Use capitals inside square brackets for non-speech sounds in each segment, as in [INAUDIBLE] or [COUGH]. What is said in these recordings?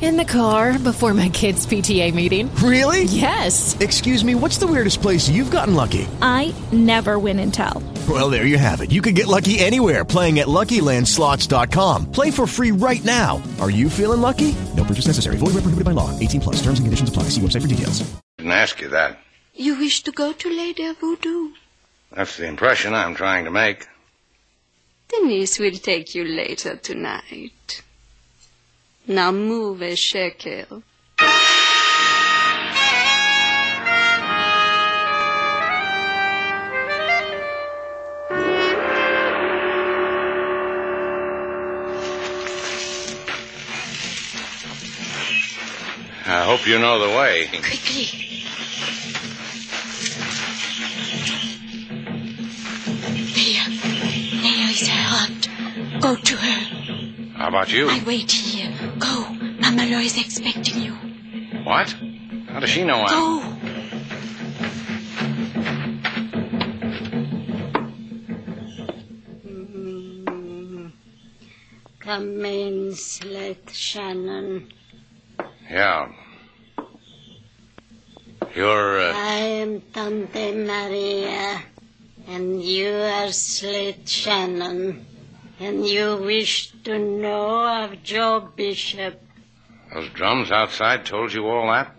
In the car before my kids' PTA meeting. [LAUGHS] Really? Yes. Excuse me, what's the weirdest place you've gotten lucky? I never win and tell. Well, there you have it. You can get lucky anywhere playing at LuckyLandSlots.com. Play for free right now. Are you feeling lucky? No purchase necessary. Void where prohibited by law. 18 plus. Terms and conditions apply. See website for details. Didn't ask you that. You wish to go to Lady Voodoo. That's the impression I'm trying to make. Denise will take you later tonight. Now move a shekel. I hope you know the way. Quickly. Naya. Naya is hurt. Go to her. How about you? I wait here. Go. Mama Lo is expecting you. What? How does she know I'm. Go. Come in, Slit Shannon. Yeah. You're. Uh... I am Tante Maria, and you are Slate Shannon, and you wish to know of Joe Bishop. Those drums outside told you all that?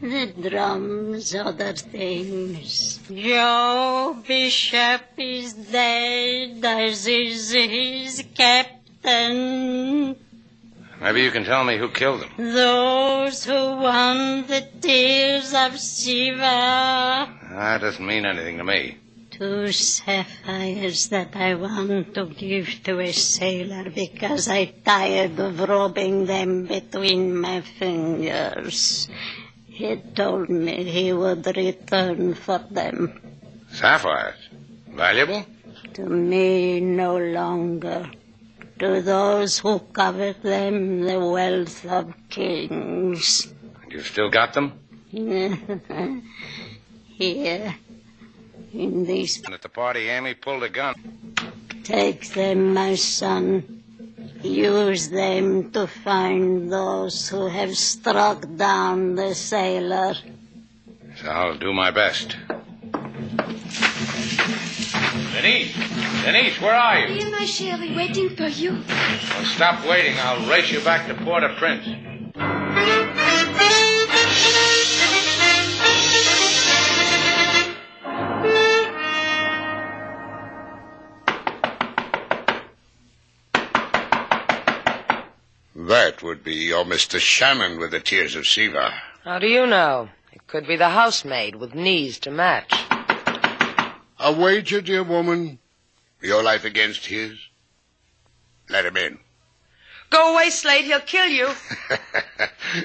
The drums, other things. Joe Bishop is dead, as is his captain. Maybe you can tell me who killed him. Those who won the tears of Shiva. That doesn't mean anything to me. Two sapphires that I want to give to a sailor because I tired of rubbing them between my fingers. He told me he would return for them. Sapphires. Valuable? To me, no longer. To those who covet them, the wealth of kings. [LAUGHS] You've still got them? Here, in these And at the party, Amy pulled a gun. Take them, my son. Use them to find those who have struck down the sailor. So I'll do my best. Denise! Denise, where are you? Here, my Sherry, waiting for you. Well, stop waiting. I'll race you back to Port-au-Prince. That would be your Mr. Shannon with the tears of Siva. How do you know? It could be the housemaid with knees to match. A wager, dear woman. Your life against his. Let him in. Go away, Slade. He'll kill you.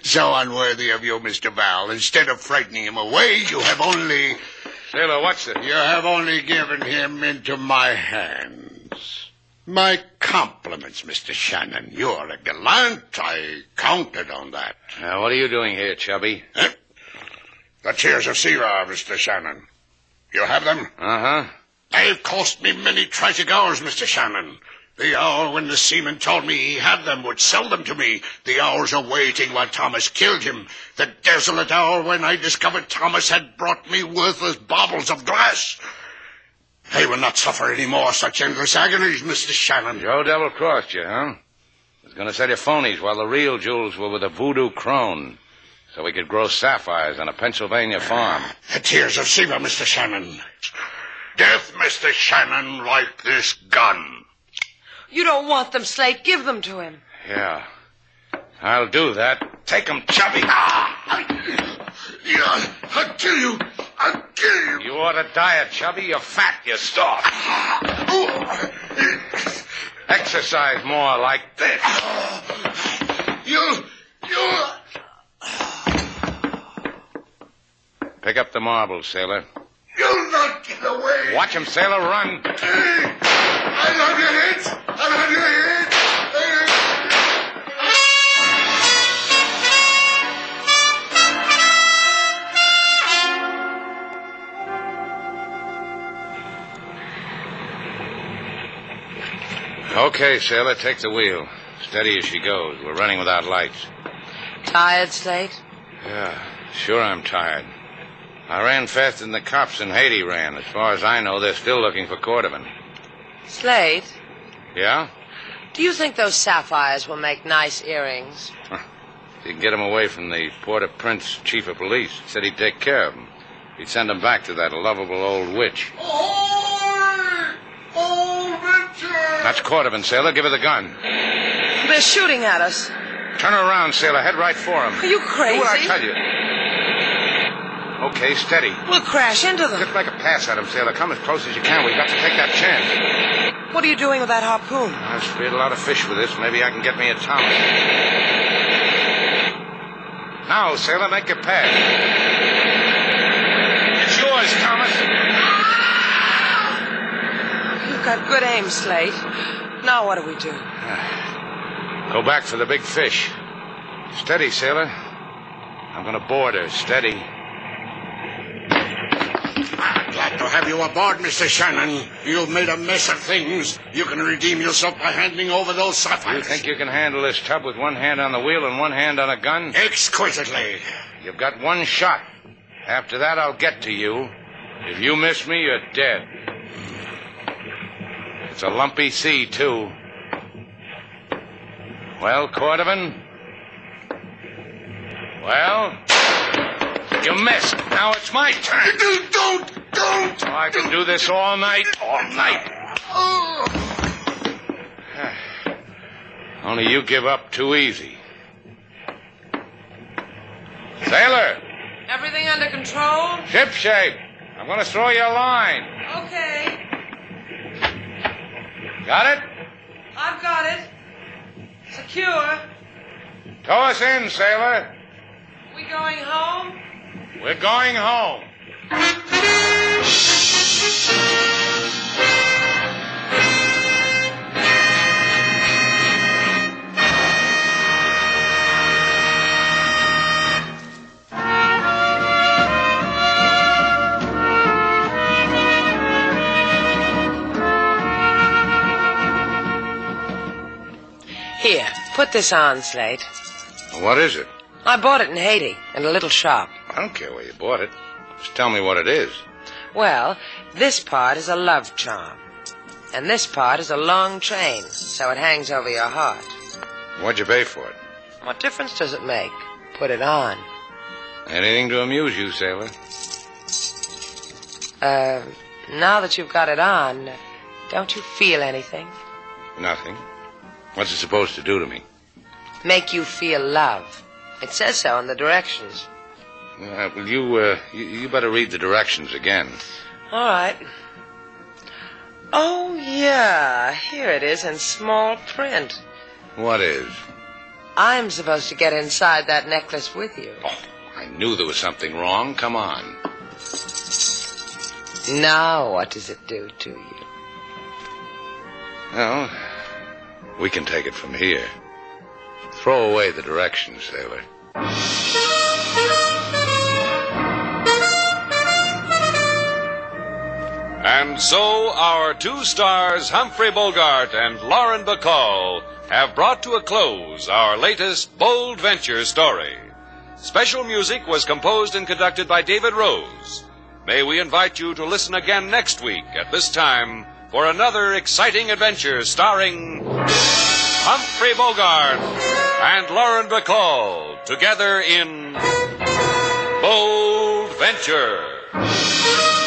so unworthy of you, Mr. Val. Instead of frightening him away, you have only Sailor, what's it? you have only given him into my hands. My compliments, Mr. Shannon. You're a gallant. I counted on that. Now, Uh, what are you doing here, Chubby? Eh? The tears of Siva, Mr. Shannon. You have them? Uh huh. They've cost me many tragic hours, Mr. Shannon. The hour when the seaman told me he had them would sell them to me. The hours of waiting while Thomas killed him. The desolate hour when I discovered Thomas had brought me worthless baubles of glass. I will not suffer any more such endless agonies, Mr. Shannon. Joe double crossed you, huh? Was going to sell you phonies while the real jewels were with a voodoo crone, so we could grow sapphires on a Pennsylvania farm. The tears of Siva, Mr. Shannon. Death, Mr. Shannon, like this gun. You don't want them, Slade. Give them to him. Yeah, I'll do that. Take 'em, Chubby. Ah! Yeah, I'll kill you. I'll kill you. You ought to diet, Chubby. You're fat. You're starved. Exercise more like this. You, you. Pick up the marbles, sailor. You'll not get away. Watch him, sailor. Run. I love your hits. I love your hits. Okay, sailor. Take the wheel. Steady as she goes. We're running without lights. Tired, Slate? Yeah, sure I'm tired. I ran faster than the cops in Haiti ran. As far as I know, they're still looking for Cordovan. Slate, Yeah? do you think those sapphires will make nice earrings? If you can get him away from the Port-au-Prince chief of police, said he'd take care of him. He'd send him back to that lovable old witch. Oh. That's Cordovan, sailor. Give her the gun. They're shooting at us. Turn around, sailor. Head right for him. Are you crazy? Do what I tell you. Okay, steady. We'll crash into them. Just make a pass at him, sailor. Come as close as you can. We've got to take that chance. What are you doing with that harpoon? I've speared a lot of fish with this. Maybe I can get me a Thomas. Now, sailor, make your pass. It's yours, Thomas. You've got good aim, Slate. Now what do we do? Go back for the big fish. Steady, sailor. I'm going to board her. Steady. I'm glad to have you aboard, Mr. Shannon. You've made a mess of things. You can redeem yourself by handing over those You sapphires. think you can handle this tub with one hand on the wheel and one hand on a gun? Exquisitely. You've got one shot. After that, I'll get to you. If you miss me, you're dead. It's a lumpy sea, too. Well, Cordovan? Well? You missed. Now it's my turn. Don't, don't, don't. Oh, I can do this all night, all night. Only you give up too easy. Sailor, Everything under control? ship shape. I'm going to throw you a line. Okay. Got it? I've got it. Secure. Tow us in, sailor. We going home? We're going home. Here, put this on, Slate. What is it? I bought it in Haiti, in a little shop. I don't care where you bought it. Just tell me what it is. Well, this part is a love charm. And this part is a long chain, so it hangs over your heart. What'd you pay for it? What difference does it make? Put it on. Anything to amuse you, sailor. Uh, now that you've got it on, don't you feel anything? Nothing. What's it supposed to do to me? Make you feel love. It says so in the directions. Uh, well, you, uh, you, you better read the directions again. All right. Oh, yeah. Here it is in small print. What is? I'm supposed to get inside that necklace with you. Oh, I knew there was something wrong. Come on. Now, what does it do to you? Well, we can take it from here. Throw away the directions, sailor. And so our two stars, Humphrey Bogart and Lauren Bacall, have brought to a close our latest bold venture story. Special music was composed and conducted by David Rose. May we invite you to listen again next week at this time for another exciting adventure starring Humphrey Bogart and Lauren Bacall together in Bold Venture.